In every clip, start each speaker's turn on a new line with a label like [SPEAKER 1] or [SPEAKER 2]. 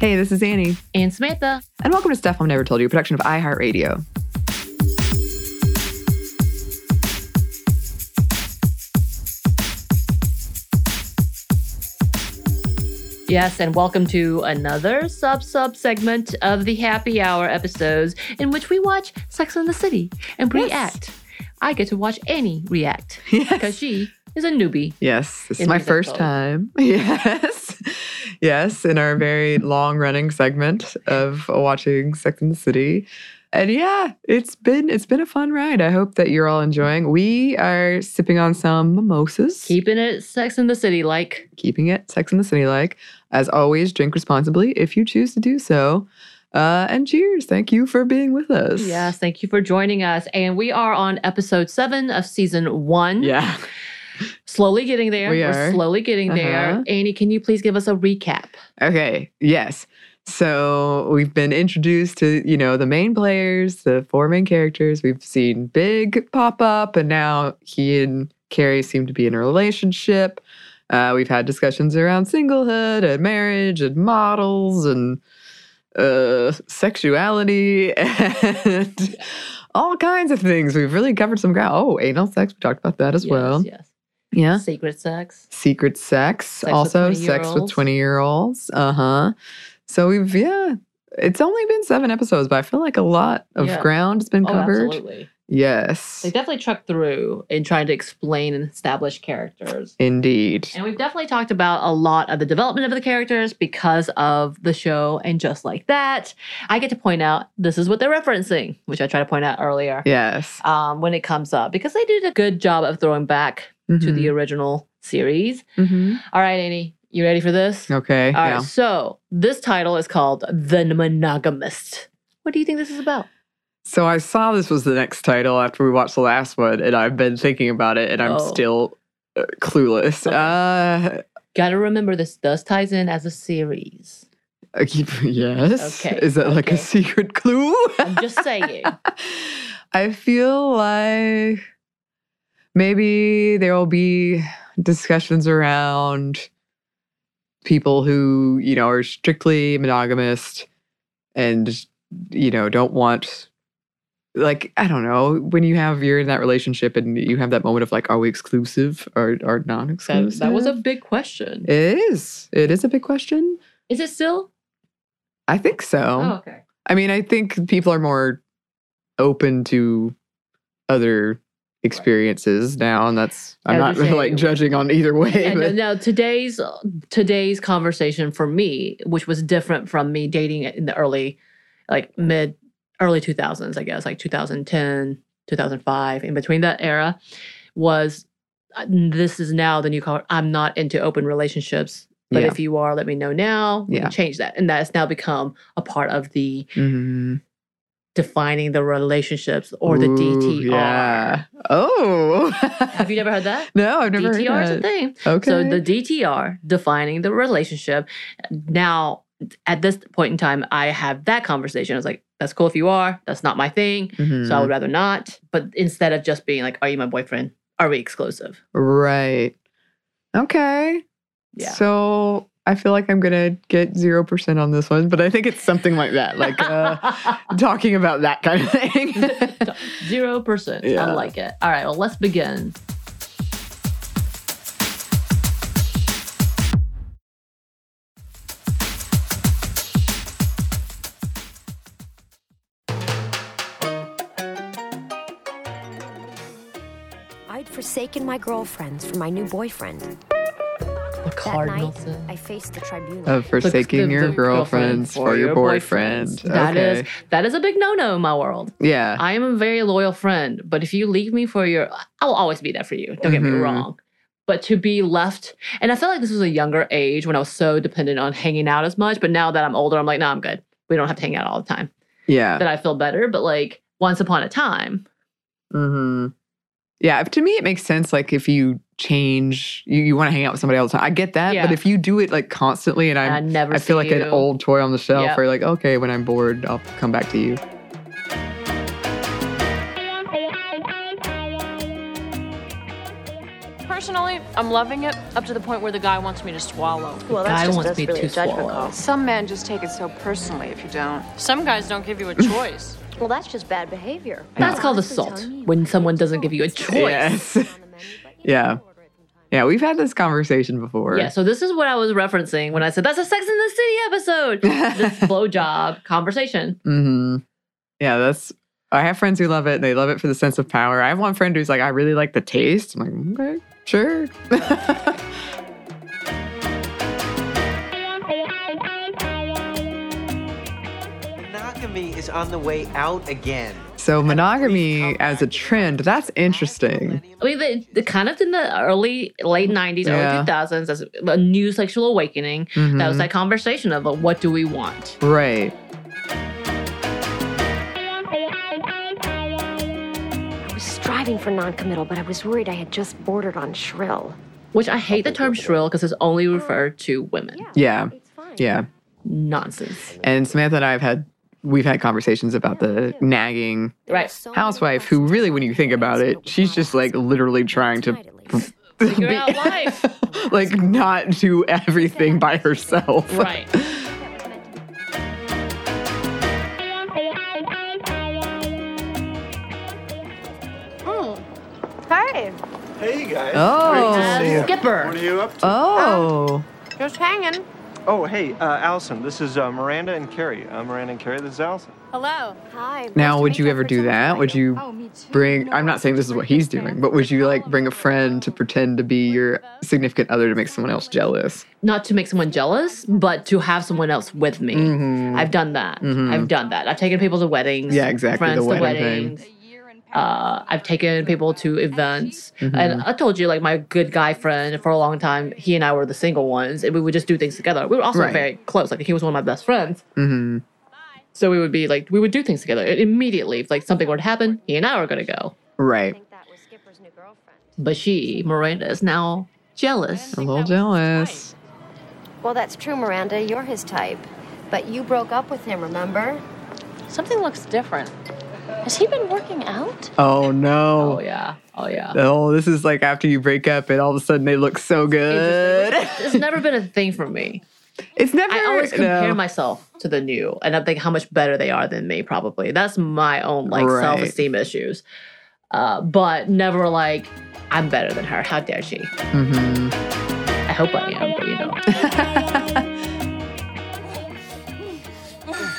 [SPEAKER 1] Hey, this is Annie,
[SPEAKER 2] and Samantha.
[SPEAKER 1] and welcome to Stuff Mom Never Told You, a production of iHeartRadio.
[SPEAKER 2] Yes, and welcome to another sub sub segment of the happy hour episodes in which we watch Sex and the City and
[SPEAKER 1] Yes.
[SPEAKER 2] react. I get to watch Annie react because
[SPEAKER 1] Yes,
[SPEAKER 2] she is a newbie.
[SPEAKER 1] yes, this is
[SPEAKER 2] In
[SPEAKER 1] my
[SPEAKER 2] the
[SPEAKER 1] first
[SPEAKER 2] middle.
[SPEAKER 1] time. Yes, yes, in our very long-running segment of watching Sex and the City, and yeah, it's been it's been a fun ride. I hope that you're all enjoying. We are sipping on some mimosas,
[SPEAKER 2] Keeping it Sex and the City like.
[SPEAKER 1] keeping it Sex and the City like. As always, drink responsibly if you choose to do so. Uh, and cheers! Thank you for being with us.
[SPEAKER 2] Yes, thank you for joining us. And we are on episode seven of season one.
[SPEAKER 1] Yeah.
[SPEAKER 2] Slowly getting there.
[SPEAKER 1] We
[SPEAKER 2] are
[SPEAKER 1] are.
[SPEAKER 2] slowly getting
[SPEAKER 1] Uh-huh.
[SPEAKER 2] there. Annie, can you please give us a recap?
[SPEAKER 1] Okay, yes. So we've been introduced to, you know, the main players, the four main characters. We've seen Big pop up, and now he and Carrie seem to be in a relationship. Uh, we've had discussions around singlehood and marriage and models and uh, sexuality and all kinds of things. We've really covered some ground. Oh, anal sex. We talked about that as
[SPEAKER 2] Yes,
[SPEAKER 1] well.
[SPEAKER 2] Yes.
[SPEAKER 1] Yeah
[SPEAKER 2] Secret sex.
[SPEAKER 1] secret sex,
[SPEAKER 2] with
[SPEAKER 1] also sex with
[SPEAKER 2] 20-year-olds.
[SPEAKER 1] 20 year olds. Uh huh. So we've, yeah, it's only been seven episodes, but I feel like a lot of
[SPEAKER 2] Yeah.
[SPEAKER 1] ground has been
[SPEAKER 2] Oh,
[SPEAKER 1] covered.
[SPEAKER 2] absolutely.
[SPEAKER 1] Yes,
[SPEAKER 2] They definitely trucked through in trying to explain and establish characters.
[SPEAKER 1] indeed.
[SPEAKER 2] And we've definitely talked about a lot of the development of the characters because of the show. And just like that, I get to point out this is what they're referencing, which I tried to point out earlier
[SPEAKER 1] Yes.
[SPEAKER 2] um, when it comes up because they did a good job of throwing back to the original series.
[SPEAKER 1] Mhm. Mhm.
[SPEAKER 2] All right, Annie, you ready for this?
[SPEAKER 1] Okay.
[SPEAKER 2] All right.
[SPEAKER 1] yeah.
[SPEAKER 2] So this title is called The Monogamist. What do you think this is about?
[SPEAKER 1] So I saw this was the next title after we watched the last one, and I've been thinking about it, and I'm
[SPEAKER 2] Oh.
[SPEAKER 1] still uh, clueless.
[SPEAKER 2] Okay.
[SPEAKER 1] Uh,
[SPEAKER 2] Got to remember this does ties in as a series.
[SPEAKER 1] I keep- yes.
[SPEAKER 2] Okay,
[SPEAKER 1] Is that like a
[SPEAKER 2] okay.
[SPEAKER 1] secret clue?
[SPEAKER 2] I'm just saying.
[SPEAKER 1] I feel like maybe there will be discussions around people who, you know, are strictly monogamous and, you know, don't want, like, I don't know, when you have, you're in that relationship and you have that moment of like, are we exclusive or, or non
[SPEAKER 2] That,
[SPEAKER 1] exclusive?
[SPEAKER 2] that was a big question.
[SPEAKER 1] It is. It is a big question.
[SPEAKER 2] Is it still? Oh,
[SPEAKER 1] I think so.
[SPEAKER 2] okay.
[SPEAKER 1] I mean, I think people are more open to other experiences now, and that's I'm
[SPEAKER 2] I
[SPEAKER 1] not
[SPEAKER 2] was gonna say-
[SPEAKER 1] like judging on either way.
[SPEAKER 2] Yeah, no,
[SPEAKER 1] but
[SPEAKER 2] no, today's today's conversation for me, which was different from me dating in the early, like mid early 2000s, I guess, like 2010, 2005, in between that era, was uh, this is now the new color. I'm not into open relationships, but
[SPEAKER 1] Yeah.
[SPEAKER 2] if you are, let me know now. We
[SPEAKER 1] Yeah.
[SPEAKER 2] can change that, and that's now become a part of the
[SPEAKER 1] Mhm.
[SPEAKER 2] defining the relationships or the
[SPEAKER 1] Ooh,
[SPEAKER 2] DTR.
[SPEAKER 1] Yeah. Oh.
[SPEAKER 2] Have you never heard that?
[SPEAKER 1] No, I've never
[SPEAKER 2] DTR is a
[SPEAKER 1] heard that.
[SPEAKER 2] thing.
[SPEAKER 1] Okay.
[SPEAKER 2] So the DTR defining the relationship. Now, at this point in time, I have that conversation. I was like, that's cool if you are. That's not my thing. So I
[SPEAKER 1] Mhm.
[SPEAKER 2] would rather not. But instead of just being like, are you my boyfriend? Are we exclusive?
[SPEAKER 1] right. Okay.
[SPEAKER 2] Yeah.
[SPEAKER 1] So I feel like I'm gonna get zero percent on this one, but I think it's something like that, like uh, talking about that kind of thing.
[SPEAKER 2] Zero percent.
[SPEAKER 1] Yeah.
[SPEAKER 2] I like it. All right. Well, let's begin.
[SPEAKER 3] I'd forsaken my girlfriends for my new boyfriend.
[SPEAKER 2] The
[SPEAKER 3] That
[SPEAKER 2] Cardinals.
[SPEAKER 3] night, I faced the tribunal.
[SPEAKER 1] of forsaking
[SPEAKER 2] The-
[SPEAKER 1] your
[SPEAKER 2] the
[SPEAKER 1] girlfriends for your boyfriend.
[SPEAKER 2] boyfriends. That is
[SPEAKER 1] Okay.
[SPEAKER 2] that is a big no-no in my world.
[SPEAKER 1] yeah.
[SPEAKER 2] I am a very loyal friend, but if you leave me for your, I will always be there for you. Don't get me
[SPEAKER 1] Mhm.
[SPEAKER 2] wrong. But to be left, and I felt like this was a younger age when I was so dependent on hanging out as much. But now that I'm older, I'm like, no, I'm good. We don't have to hang out all the time.
[SPEAKER 1] Yeah.
[SPEAKER 2] That I feel better. But like once upon a time,
[SPEAKER 1] hmm Yeah. if- To me, it makes sense. Like if you change, you, you want to hang out with somebody all the time. I get that. But
[SPEAKER 2] Yeah.
[SPEAKER 1] if you do it like constantly, and
[SPEAKER 2] i
[SPEAKER 1] I'm,
[SPEAKER 2] never.
[SPEAKER 1] I feel like
[SPEAKER 2] see
[SPEAKER 1] an
[SPEAKER 2] you.
[SPEAKER 1] old toy on the shelf,
[SPEAKER 2] Yep.
[SPEAKER 1] where you're like, okay, when I'm bored, I'll come back to you.
[SPEAKER 4] Personally, I'm loving it up to the point where the guy wants me to swallow.
[SPEAKER 5] Well, that's
[SPEAKER 2] Guy
[SPEAKER 5] just
[SPEAKER 2] wants
[SPEAKER 5] that's
[SPEAKER 2] me
[SPEAKER 5] really
[SPEAKER 2] to
[SPEAKER 5] a judgment
[SPEAKER 2] swallow.
[SPEAKER 5] call.
[SPEAKER 6] Some men just take it so personally if you don't.
[SPEAKER 4] Some guys don't give you a choice.
[SPEAKER 5] Well, that's just bad behavior.
[SPEAKER 2] That's called assault when someone doesn't give you a choice.
[SPEAKER 1] Yes. yeah. Yeah, we've had this conversation before.
[SPEAKER 2] Yeah, so this is what I was referencing when I said that's a Sex in the City episode. this blowjob conversation.
[SPEAKER 1] hmm Yeah, that's. I have friends who love it. They love it for the sense of power. I have one friend who's like, I really like the taste. I'm like, okay, sure.
[SPEAKER 7] Monogamy is on the way out again.
[SPEAKER 1] So monogamy as a trend, that's interesting.
[SPEAKER 2] I mean, the, the kind of in the early, late 90s,
[SPEAKER 1] Yeah.
[SPEAKER 2] early 2000s, as a new sexual awakening, that was
[SPEAKER 1] Mhm.
[SPEAKER 2] that conversation of uh, what do we want?
[SPEAKER 1] right.
[SPEAKER 3] I was striving for noncommittal, but I was worried I had just bordered on shrill.
[SPEAKER 2] Which I hate the term shrill because it's only referred to women.
[SPEAKER 1] Yeah.
[SPEAKER 3] It's fine.
[SPEAKER 1] Yeah.
[SPEAKER 2] Nonsense.
[SPEAKER 1] And Samantha and I have had we've had conversations about the nagging
[SPEAKER 2] Right.
[SPEAKER 1] housewife who really when you think about it, she's just like literally trying to
[SPEAKER 3] Tonight, at least.
[SPEAKER 2] Figure out life.
[SPEAKER 1] like not do everything by herself.
[SPEAKER 2] Right.
[SPEAKER 6] Hey,
[SPEAKER 8] Hey guys.
[SPEAKER 1] Oh.
[SPEAKER 8] Great to see
[SPEAKER 2] Uh,
[SPEAKER 8] you.
[SPEAKER 2] Skipper.
[SPEAKER 8] What are you up to?
[SPEAKER 1] Oh.
[SPEAKER 6] just hanging.
[SPEAKER 8] oh, hey, uh, Allison. This is uh, Miranda and Carrie. I'm Miranda and Carrie. This is Allison.
[SPEAKER 4] Hello.
[SPEAKER 5] Hi.
[SPEAKER 1] Now would you ever do that? Would you
[SPEAKER 2] Oh,
[SPEAKER 1] bring I'm not saying this is what he's doing, but would you like bring a friend to pretend to be your significant other to make someone else jealous?
[SPEAKER 2] Not to make someone jealous, but to have someone else with me.
[SPEAKER 1] Mhm.
[SPEAKER 2] I've done that.
[SPEAKER 1] Mhm.
[SPEAKER 2] I've done that. I've taken people to weddings.
[SPEAKER 1] Yeah, exactly, the
[SPEAKER 2] Friends to
[SPEAKER 1] wedding thing.
[SPEAKER 2] weddings. Uh, I've taken people to events,
[SPEAKER 1] Mhm.
[SPEAKER 2] and I told you, like my good guy friend for a long time, he and I were the single ones, and we would just do things together. We were also
[SPEAKER 1] Right.
[SPEAKER 2] very close. Like he was one of my best friends,
[SPEAKER 1] Mhm.
[SPEAKER 2] so we would be like we would do things together And immediately. If like something were to happen, he and I were gonna go.
[SPEAKER 1] Right.
[SPEAKER 2] But she, Miranda, is now jealous.
[SPEAKER 1] A little jealous.
[SPEAKER 5] Well, that's true, Miranda. You're his type. But you broke up with him, remember?
[SPEAKER 4] Something looks different. Has he been working out?
[SPEAKER 1] Oh
[SPEAKER 2] Oh
[SPEAKER 1] no.
[SPEAKER 2] yeah, oh yeah.
[SPEAKER 1] Oh, this is like after you break up and all of a sudden they look so
[SPEAKER 2] It's
[SPEAKER 1] good.
[SPEAKER 2] just- it's never been a thing for me.
[SPEAKER 1] It's never
[SPEAKER 2] I always compare
[SPEAKER 1] no.
[SPEAKER 2] myself to the new, and I think how much better they are than me. Probably that's my own like
[SPEAKER 1] Right.
[SPEAKER 2] self esteem issues, uh, but never like I'm better than her. How dare she?
[SPEAKER 9] Mm-hmm.
[SPEAKER 1] Mhm.
[SPEAKER 2] I hope I am, but you know.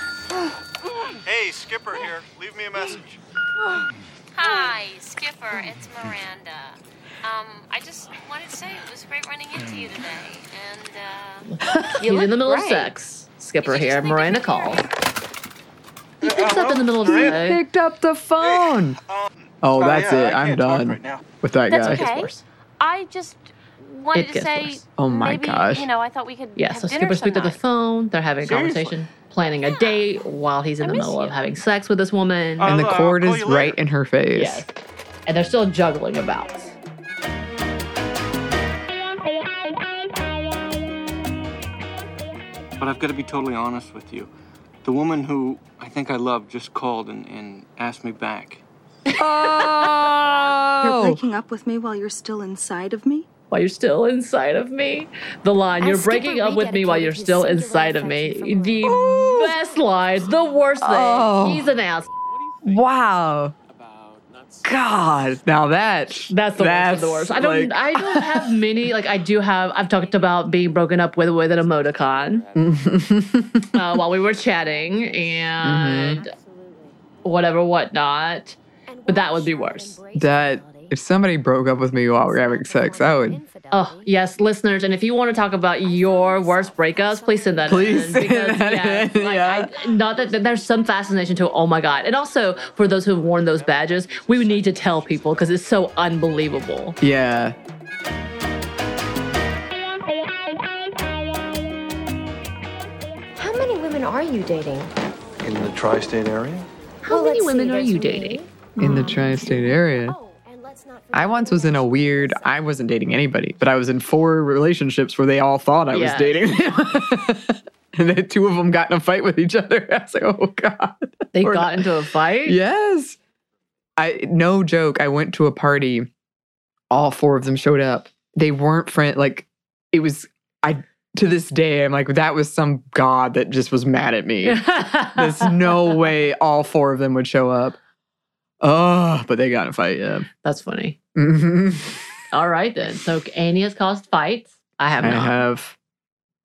[SPEAKER 8] Hey, Skipper here. Leave me a message.
[SPEAKER 9] Hi, Skipper. It's Miranda. Um, I just wanted to say it was great running into you today. And uh,
[SPEAKER 2] He's in the middle of
[SPEAKER 5] great.
[SPEAKER 2] sex. Skipper
[SPEAKER 9] Did you just
[SPEAKER 2] here.
[SPEAKER 9] think of
[SPEAKER 2] Miranda
[SPEAKER 9] me?
[SPEAKER 2] called. He picks up in the middle of
[SPEAKER 1] He
[SPEAKER 2] sex.
[SPEAKER 1] picked up the phone. Oh, that's
[SPEAKER 8] yeah,
[SPEAKER 1] it.
[SPEAKER 8] I
[SPEAKER 1] I'm
[SPEAKER 8] can't talk
[SPEAKER 1] done
[SPEAKER 8] right now.
[SPEAKER 1] with that
[SPEAKER 9] That's
[SPEAKER 1] guy.
[SPEAKER 9] okay. I just wanted
[SPEAKER 2] It
[SPEAKER 9] to
[SPEAKER 2] gets
[SPEAKER 9] say,
[SPEAKER 2] worse.
[SPEAKER 1] Oh my
[SPEAKER 9] maybe,
[SPEAKER 1] gosh.
[SPEAKER 9] You know, I thought we could.
[SPEAKER 2] Yeah,
[SPEAKER 9] have
[SPEAKER 2] so
[SPEAKER 9] dinner
[SPEAKER 2] Skipper's picked up the
[SPEAKER 9] sometime.
[SPEAKER 2] phone. They're having a
[SPEAKER 8] Seriously?
[SPEAKER 2] conversation, planning a date while he's in
[SPEAKER 9] I
[SPEAKER 2] the
[SPEAKER 9] miss
[SPEAKER 2] middle of
[SPEAKER 9] you. Oh,
[SPEAKER 2] having sex with this woman.
[SPEAKER 8] Uh,
[SPEAKER 1] And the
[SPEAKER 8] I'll- I'll
[SPEAKER 1] cord
[SPEAKER 8] call
[SPEAKER 1] is
[SPEAKER 8] you later.
[SPEAKER 1] right in her face.
[SPEAKER 2] yes. And they're still juggling about.
[SPEAKER 10] But I've got to be totally honest with you. The woman who I think I love just called and, and asked me back.
[SPEAKER 11] You're
[SPEAKER 1] Oh.
[SPEAKER 11] breaking up with me while you're still inside of me?
[SPEAKER 2] While you're still inside of me. The line,
[SPEAKER 3] As
[SPEAKER 2] you're
[SPEAKER 3] Skipper
[SPEAKER 2] breaking up with me while you're
[SPEAKER 3] rededicated his
[SPEAKER 2] still
[SPEAKER 3] singular
[SPEAKER 2] inside of
[SPEAKER 3] affection
[SPEAKER 2] me.
[SPEAKER 3] for
[SPEAKER 2] The best line, the worst thing.
[SPEAKER 1] Oh.
[SPEAKER 2] He's an ass.
[SPEAKER 1] Wow. God. Now that
[SPEAKER 2] That's the
[SPEAKER 1] that's
[SPEAKER 2] worst of the worst. I don't.
[SPEAKER 1] like-
[SPEAKER 2] I don't have many. Like I do have. I've talked about being broken up with with an emoticon uh, while we were chatting
[SPEAKER 1] Mm-hmm.
[SPEAKER 2] and whatever, whatnot.
[SPEAKER 3] And
[SPEAKER 2] But that
[SPEAKER 3] why
[SPEAKER 2] would be
[SPEAKER 3] should I
[SPEAKER 2] worse.
[SPEAKER 3] embrace
[SPEAKER 1] that
[SPEAKER 3] reality?
[SPEAKER 1] if somebody broke up with me while we we're having sex, I would
[SPEAKER 2] Oh yes, listeners, and if you want to talk about your worst breakups, please send that.
[SPEAKER 1] Please
[SPEAKER 2] in,
[SPEAKER 1] send
[SPEAKER 2] because,
[SPEAKER 1] that
[SPEAKER 2] yeah,
[SPEAKER 1] in,
[SPEAKER 2] like,
[SPEAKER 1] yeah.
[SPEAKER 2] I, not that, that there's some fascination to oh my god, and also for those who've worn those badges, we need to tell people because it's so unbelievable.
[SPEAKER 1] Yeah.
[SPEAKER 5] How many women are you dating?
[SPEAKER 8] In the tri-state area.
[SPEAKER 2] How
[SPEAKER 5] Well, let's
[SPEAKER 2] many
[SPEAKER 5] see,
[SPEAKER 2] women are
[SPEAKER 5] there's
[SPEAKER 2] you
[SPEAKER 5] me.
[SPEAKER 2] dating?
[SPEAKER 1] In the tri state area.
[SPEAKER 3] Oh, and let's not
[SPEAKER 1] I
[SPEAKER 3] forget
[SPEAKER 1] once
[SPEAKER 3] the
[SPEAKER 1] was in a
[SPEAKER 3] relationship
[SPEAKER 1] weird,
[SPEAKER 3] itself.
[SPEAKER 1] I wasn't dating anybody, but I was in four relationships where they all thought I was
[SPEAKER 2] Yeah.
[SPEAKER 1] dating them. and then two of them got in a fight with each other. I was like, oh God.
[SPEAKER 2] They
[SPEAKER 1] Or
[SPEAKER 2] got into a fight.
[SPEAKER 1] Yes. I no joke, I went to a party, all four of them showed up. they weren't friend like it was I to this day I'm like that was some god that just was mad at me. There's no way all four of them would show up. Oh, but they got in a fight, yeah.
[SPEAKER 2] That's funny.
[SPEAKER 1] hmm
[SPEAKER 2] All right then. So Annie has caused fights. I have
[SPEAKER 1] I
[SPEAKER 2] not.
[SPEAKER 1] have.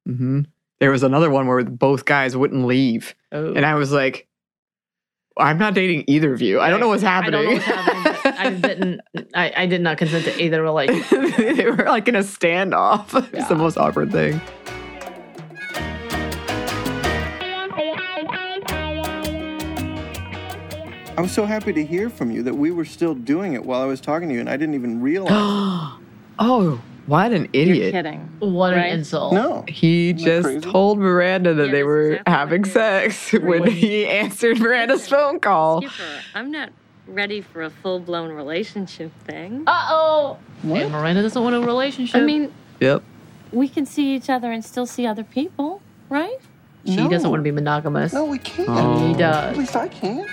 [SPEAKER 1] hmm There was another one where both guys wouldn't leave.
[SPEAKER 2] oh.
[SPEAKER 1] And I was like, I'm not dating either of you. I don't know what's
[SPEAKER 2] I don't know
[SPEAKER 1] happening.
[SPEAKER 2] what's happening. but I didn't. I, I did not consent to either relationship.
[SPEAKER 1] they were like in a standoff.
[SPEAKER 2] Yeah.
[SPEAKER 1] It's the most awkward thing.
[SPEAKER 10] I was so happy to hear from you that we were still doing it while I was talking to you, and I didn't even realize.
[SPEAKER 1] oh, what an
[SPEAKER 4] You're
[SPEAKER 1] idiot.
[SPEAKER 4] kidding.
[SPEAKER 2] What
[SPEAKER 4] Right?
[SPEAKER 2] an insult!
[SPEAKER 10] no.
[SPEAKER 1] He just
[SPEAKER 10] crazy?
[SPEAKER 1] told Miranda that
[SPEAKER 4] Yeah,
[SPEAKER 1] they
[SPEAKER 4] that's
[SPEAKER 1] were
[SPEAKER 4] exactly what
[SPEAKER 1] having
[SPEAKER 4] I did.
[SPEAKER 1] sex when
[SPEAKER 4] Right.
[SPEAKER 1] he answered Miranda's phone
[SPEAKER 4] Oh.
[SPEAKER 1] call.
[SPEAKER 12] Skipper, I'm not ready for a full blown relationship thing.
[SPEAKER 2] Uh oh. And Miranda doesn't want a relationship.
[SPEAKER 4] I mean,
[SPEAKER 1] Yep.
[SPEAKER 4] we can see each other and still see other people, right?
[SPEAKER 2] she
[SPEAKER 10] No.
[SPEAKER 2] doesn't want to be monogamous.
[SPEAKER 10] No, we can't.
[SPEAKER 1] Oh.
[SPEAKER 2] He
[SPEAKER 10] At
[SPEAKER 2] does.
[SPEAKER 10] least I can't.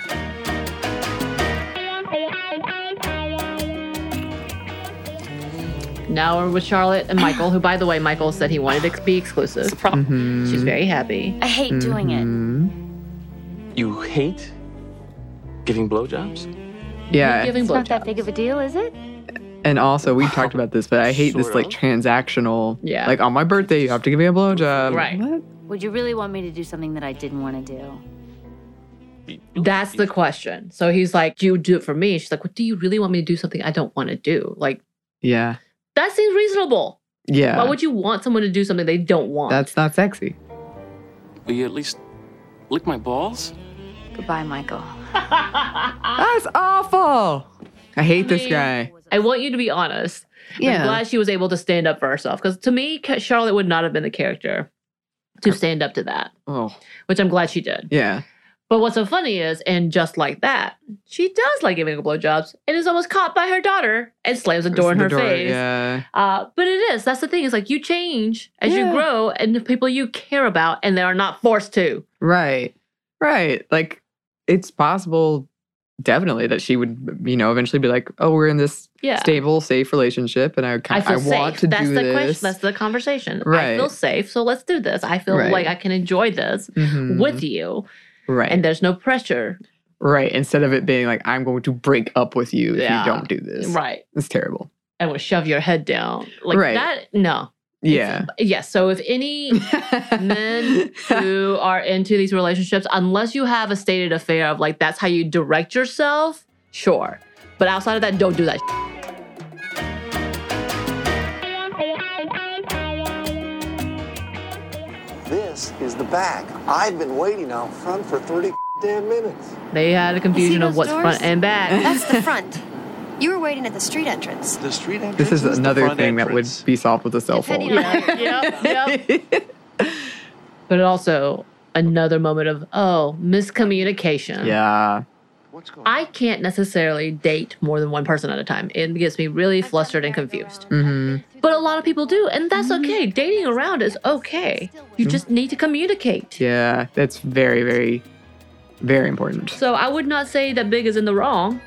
[SPEAKER 2] Now we're with Charlotte and Michael, who, by the way, Michael said he wanted to be exclusive.
[SPEAKER 4] It's
[SPEAKER 2] Mm-hmm.
[SPEAKER 4] a problem.
[SPEAKER 2] She's very happy.
[SPEAKER 12] I hate doing it.
[SPEAKER 1] Mhm.
[SPEAKER 13] You hate giving blowjobs?
[SPEAKER 1] Yeah.
[SPEAKER 2] Giving
[SPEAKER 5] It's not that
[SPEAKER 2] blowjobs.
[SPEAKER 5] big of a deal, is it?
[SPEAKER 1] And also, we talked about this, but I hate this
[SPEAKER 13] Sort
[SPEAKER 1] like
[SPEAKER 13] of.
[SPEAKER 1] transactional.
[SPEAKER 2] Yeah.
[SPEAKER 1] Like on my birthday, you have to give me a blowjob.
[SPEAKER 2] Right.
[SPEAKER 1] What?
[SPEAKER 12] Would you really want me to do something that I didn't want to do?
[SPEAKER 2] That's the question. So he's like, "Do you do it for me?" She's like, "What do you really want me to do? Something I don't want to do?" Like
[SPEAKER 1] Yeah.
[SPEAKER 2] that seems reasonable.
[SPEAKER 1] Yeah.
[SPEAKER 2] Why would you want someone to do something they don't want?
[SPEAKER 1] That's not sexy.
[SPEAKER 13] Will you at least lick my balls?
[SPEAKER 12] Goodbye, Michael.
[SPEAKER 1] That's awful. I hate this
[SPEAKER 2] mean,
[SPEAKER 1] guy.
[SPEAKER 2] I want you to be honest. I'm glad she was able to stand up for herself because to me, Ca- Charlotte would not have been the character to stand up to that,
[SPEAKER 1] Oh,
[SPEAKER 2] which I'm glad she did.
[SPEAKER 1] yeah.
[SPEAKER 2] But what's so funny is, and just like that, she does like giving blowjobs and is almost caught by her daughter and slams the door in
[SPEAKER 1] The
[SPEAKER 2] her face.
[SPEAKER 1] Yeah.
[SPEAKER 2] Uh, but it is, that's the thing. It's like you change as
[SPEAKER 1] Yeah.
[SPEAKER 2] you grow and the people you care about and they are not forced to.
[SPEAKER 1] Right. Right. Like, it's possible, definitely, that she would, you know, eventually be like, oh, we're in this
[SPEAKER 2] Yeah.
[SPEAKER 1] stable, safe relationship, and I,
[SPEAKER 2] I
[SPEAKER 1] kind
[SPEAKER 2] feel
[SPEAKER 1] I want
[SPEAKER 2] safe.
[SPEAKER 1] to
[SPEAKER 2] that's
[SPEAKER 1] do
[SPEAKER 2] the
[SPEAKER 1] this.
[SPEAKER 2] question. That's the conversation. I
[SPEAKER 1] Right.
[SPEAKER 2] feel safe. So let's do this. I feel
[SPEAKER 1] Right.
[SPEAKER 2] like I can enjoy this
[SPEAKER 1] Mhm.
[SPEAKER 2] with you
[SPEAKER 1] right.
[SPEAKER 2] and there's no pressure.
[SPEAKER 1] right. Instead of it being like, I'm going to break up with you if
[SPEAKER 2] Yeah.
[SPEAKER 1] you don't do this.
[SPEAKER 2] Right.
[SPEAKER 1] It's terrible.
[SPEAKER 2] and would shove your head down. Like
[SPEAKER 1] Right.
[SPEAKER 2] that, no.
[SPEAKER 1] Yeah.
[SPEAKER 2] Yes. so if any men who are into these relationships, unless you have a stated affair of like that's how you direct yourself, sure. But outside of that, don't do that.
[SPEAKER 14] This is the back. I've been waiting out front for 30 damn minutes.
[SPEAKER 2] They had a confusion of
[SPEAKER 5] those
[SPEAKER 2] what's
[SPEAKER 5] doors?
[SPEAKER 2] front and back.
[SPEAKER 5] That's the front. You were waiting at the street entrance.
[SPEAKER 8] The street entrance.
[SPEAKER 1] this is
[SPEAKER 8] the
[SPEAKER 1] another
[SPEAKER 8] front
[SPEAKER 1] thing
[SPEAKER 8] entrance.
[SPEAKER 1] that would be solved with a cell
[SPEAKER 5] Depending
[SPEAKER 1] phone.
[SPEAKER 5] on how you're-
[SPEAKER 2] yep, yep. But also another moment of oh miscommunication.
[SPEAKER 1] yeah.
[SPEAKER 8] What's going
[SPEAKER 2] I can't necessarily date more than one person at a time. It gets me really flustered and confused.
[SPEAKER 1] hmm
[SPEAKER 2] But a lot of people do, and that's okay. Dating around is okay. You just need to communicate.
[SPEAKER 1] Mm-hmm. Yeah, that's very, very, very important.
[SPEAKER 2] So I would not say that Big is in the wrong,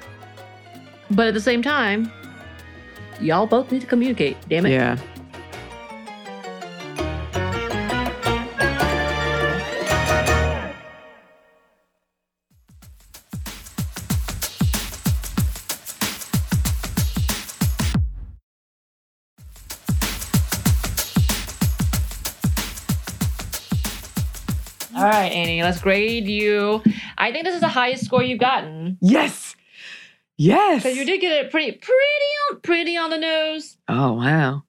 [SPEAKER 2] but at the same time, y'all both need to communicate. Damn it.
[SPEAKER 1] Yeah.
[SPEAKER 2] All right, Annie, let's grade you. I think this is the highest score you've gotten.
[SPEAKER 1] Yes. Yes.
[SPEAKER 2] Because you did get it pretty, pretty, on, pretty on the nose.
[SPEAKER 1] Oh wow.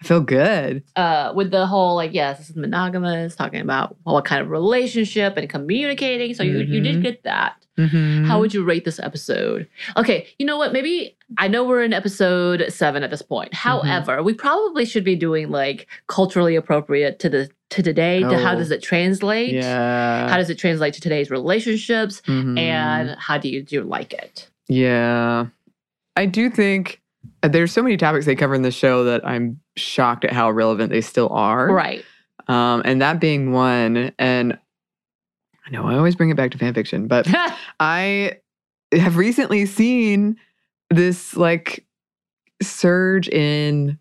[SPEAKER 1] I feel good.
[SPEAKER 2] Uh, with the whole like, yes, this is monogamous, talking about what kind of relationship and communicating. So you, you did
[SPEAKER 1] Mhm.
[SPEAKER 2] get that.
[SPEAKER 1] Mm-hmm.
[SPEAKER 2] How would you rate this episode? Okay, you know what? Maybe I know we're in episode seven at this point.
[SPEAKER 1] Mm-hmm.
[SPEAKER 2] However, we probably should be doing like culturally appropriate to the to today. To how
[SPEAKER 1] Oh.
[SPEAKER 2] does it translate?
[SPEAKER 1] Yeah.
[SPEAKER 2] How does it translate to today's relationships?
[SPEAKER 1] Mhm.
[SPEAKER 2] And how do you do you like it?
[SPEAKER 1] yeah, I do think uh, there's so many topics they cover in the show that I'm shocked at how relevant they still are.
[SPEAKER 2] Right.
[SPEAKER 1] Um, and that being one, and I know I always bring it back to fan fiction, but I have recently seen this like surge in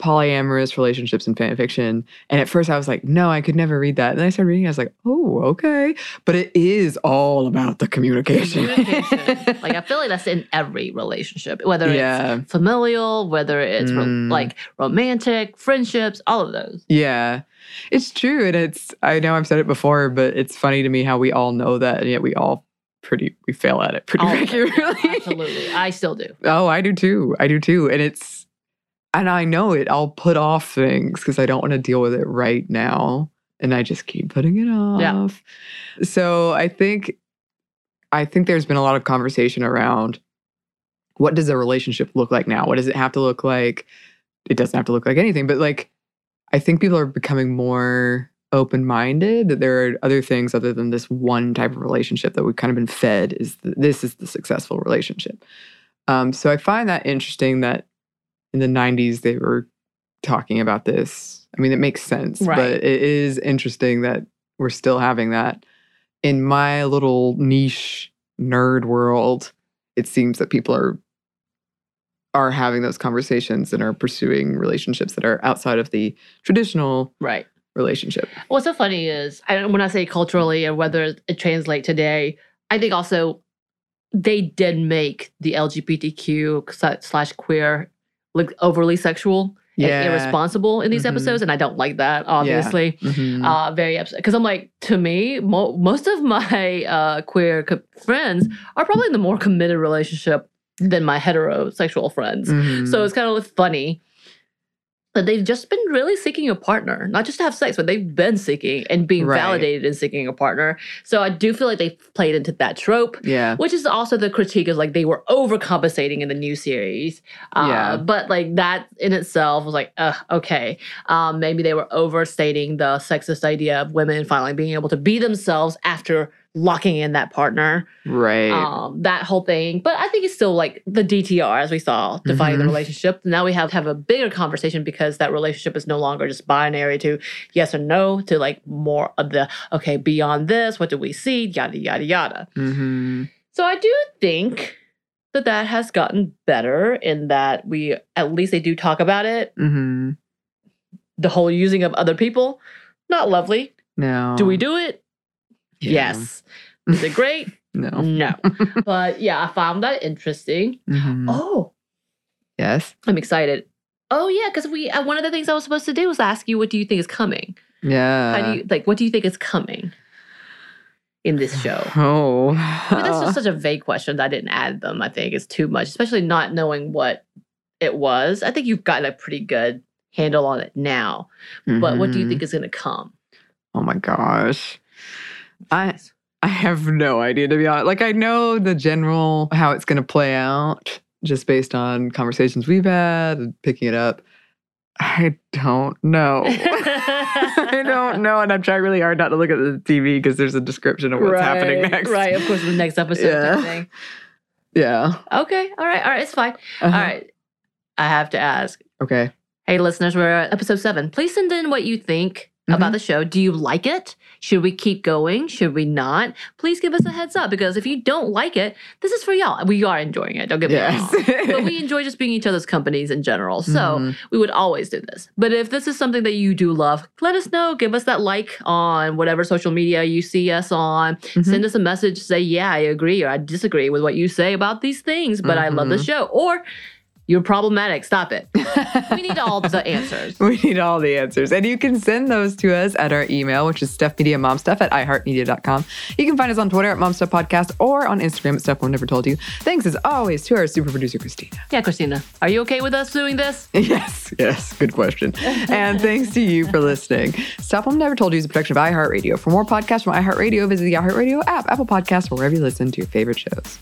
[SPEAKER 1] polyamorous relationships in fan fiction. And at first I was like, no, I could never read that. And then I started reading, I was like, oh, okay. But it is all about the communication.
[SPEAKER 2] communication. like I feel like that's in every relationship, whether
[SPEAKER 1] Yeah.
[SPEAKER 2] it's familial, whether it's ro-
[SPEAKER 1] Mm.
[SPEAKER 2] like romantic, friendships, all of those.
[SPEAKER 1] yeah. It's true. And it's I know I've said it before, but it's funny to me how we all know that and yet we all pretty we fail at it pretty
[SPEAKER 2] All of
[SPEAKER 1] regularly.
[SPEAKER 2] them. Absolutely, I still do.
[SPEAKER 1] Oh, I do too. I do too. And it's, and I know it. I'll put off things because I don't want to deal with it right now. And I just keep putting it
[SPEAKER 2] Yeah.
[SPEAKER 1] off. So I think, I think there's been a lot of conversation around what does a relationship look like now? What does it have to look like? It doesn't have to look like anything, but like, I think people are becoming more open minded that there are other things other than this one type of relationship that we've kind of been fed is th- this is the successful relationship. Um, so I find that interesting that in the 90s they were talking about this. I mean, it makes sense,
[SPEAKER 2] Right.
[SPEAKER 1] but it is interesting that we're still having that. In my little niche nerd world, it seems that people are are having those conversations and are pursuing relationships that are outside of the traditional
[SPEAKER 2] Right.
[SPEAKER 1] relationship.
[SPEAKER 2] What's so funny is, and when I say culturally and whether it translate today, I think also they did make the LGBTQ sla- slash queer look overly sexual and
[SPEAKER 1] Yeah.
[SPEAKER 2] irresponsible in these
[SPEAKER 1] Mhm.
[SPEAKER 2] episodes, and I don't like that. Obviously,
[SPEAKER 1] Mhm.
[SPEAKER 2] uh, very upset because I'm like, to me, mo- most of my uh, queer co- friends are probably in the more committed relationship than my heterosexual friends.
[SPEAKER 1] Mhm.
[SPEAKER 2] So it's kind of funny that they've just been really seeking a partner, not just to have sex, but they've been seeking and being
[SPEAKER 1] Right.
[SPEAKER 2] validated in seeking a partner. So I do feel like they've played into that trope.
[SPEAKER 1] Yeah.
[SPEAKER 2] Which is also the critique of like they were overcompensating in the new series. Uh,
[SPEAKER 1] Yeah.
[SPEAKER 2] But like that in itself was like, ugh, okay. Um, maybe they were overstating the sexist idea of women finally being able to be themselves after locking in that partner.
[SPEAKER 1] Right.
[SPEAKER 2] Um, that whole thing. But I think it's still like the DTR, as we saw, defining the
[SPEAKER 1] Mhm.
[SPEAKER 2] relationship. Now we have have a bigger conversation because that relationship is no longer just binary to yes or no, to like more of the okay, beyond this, what do we see? Yada yada yada.
[SPEAKER 1] mm-hmm.
[SPEAKER 2] So I do think that that has gotten better in that we at least they do talk about it.
[SPEAKER 1] Mm-hmm.
[SPEAKER 2] The whole using of other people, not lovely.
[SPEAKER 1] No.
[SPEAKER 2] Do we do it?
[SPEAKER 1] Um, Yeah.
[SPEAKER 2] Yes. Mm. Is it great?
[SPEAKER 1] No.
[SPEAKER 2] no. But yeah, I found that interesting.
[SPEAKER 1] Mhm.
[SPEAKER 2] Oh,
[SPEAKER 1] Yes.
[SPEAKER 2] I'm excited. Oh yeah, because we uh, one of the things I was supposed to do was ask you what do you think is coming?
[SPEAKER 1] Yeah.
[SPEAKER 2] How do you like what do you think is coming in this show?
[SPEAKER 1] Oh.
[SPEAKER 2] But that's just such a vague question that I didn't add them. I think it's too much, especially not knowing what it was. I think you've gotten a pretty good handle on it now. But what do you
[SPEAKER 1] Mhm.
[SPEAKER 2] think is going to come?
[SPEAKER 1] Oh my gosh. I I have no idea to be honest. Like I know the general how it's going to play out just based on conversations we've had and picking it up. I don't know. Oh. I don't know and I'm trying really hard not to look at the TV because there's a description of what's happening
[SPEAKER 2] Right,
[SPEAKER 1] next.
[SPEAKER 2] Right, of course, the next episode.
[SPEAKER 1] Yeah.
[SPEAKER 2] Type thing.
[SPEAKER 1] Yeah.
[SPEAKER 2] Okay, all right, all right, it's fine. All
[SPEAKER 1] Uh-huh.
[SPEAKER 2] right, I have to ask.
[SPEAKER 1] Okay.
[SPEAKER 2] Hey, listeners, we're at episode seven. Please send in what you think about the show. Do you like it? Should we keep going? Should we not? Please give us a heads up because if you don't like it, this is for y'all. We are enjoying it. Don't get me
[SPEAKER 1] Yes.
[SPEAKER 2] wrong, but we enjoy just being each other's companies in general. So
[SPEAKER 1] Mhm.
[SPEAKER 2] we would always do this. But if this is something that you do love, let us know. Give us that like on whatever social media you see us on. Send us a message. Say, yeah, I agree or I disagree with what you say about these things, but I love the
[SPEAKER 1] Mhm.
[SPEAKER 2] show. Or you're problematic. Stop it. we need all the answers.
[SPEAKER 1] We need all the answers. And you can send those to us at our email, which is stuffmediamomstuff at iheartmedia.com. You can find us on Twitter at momstuffpodcast or on Instagram at stuff one never told you. Thanks as always to our super producer, Christina.
[SPEAKER 2] Yeah, Christina, are you okay with us doing this?
[SPEAKER 1] Yes, yes, good question. And thanks to you for listening. Stop Mom Never Told You is a production of iHeartRadio. For more podcasts from iHeartRadio, visit the iHeartRadio app, Apple Podcasts, or wherever you listen to your favorite shows.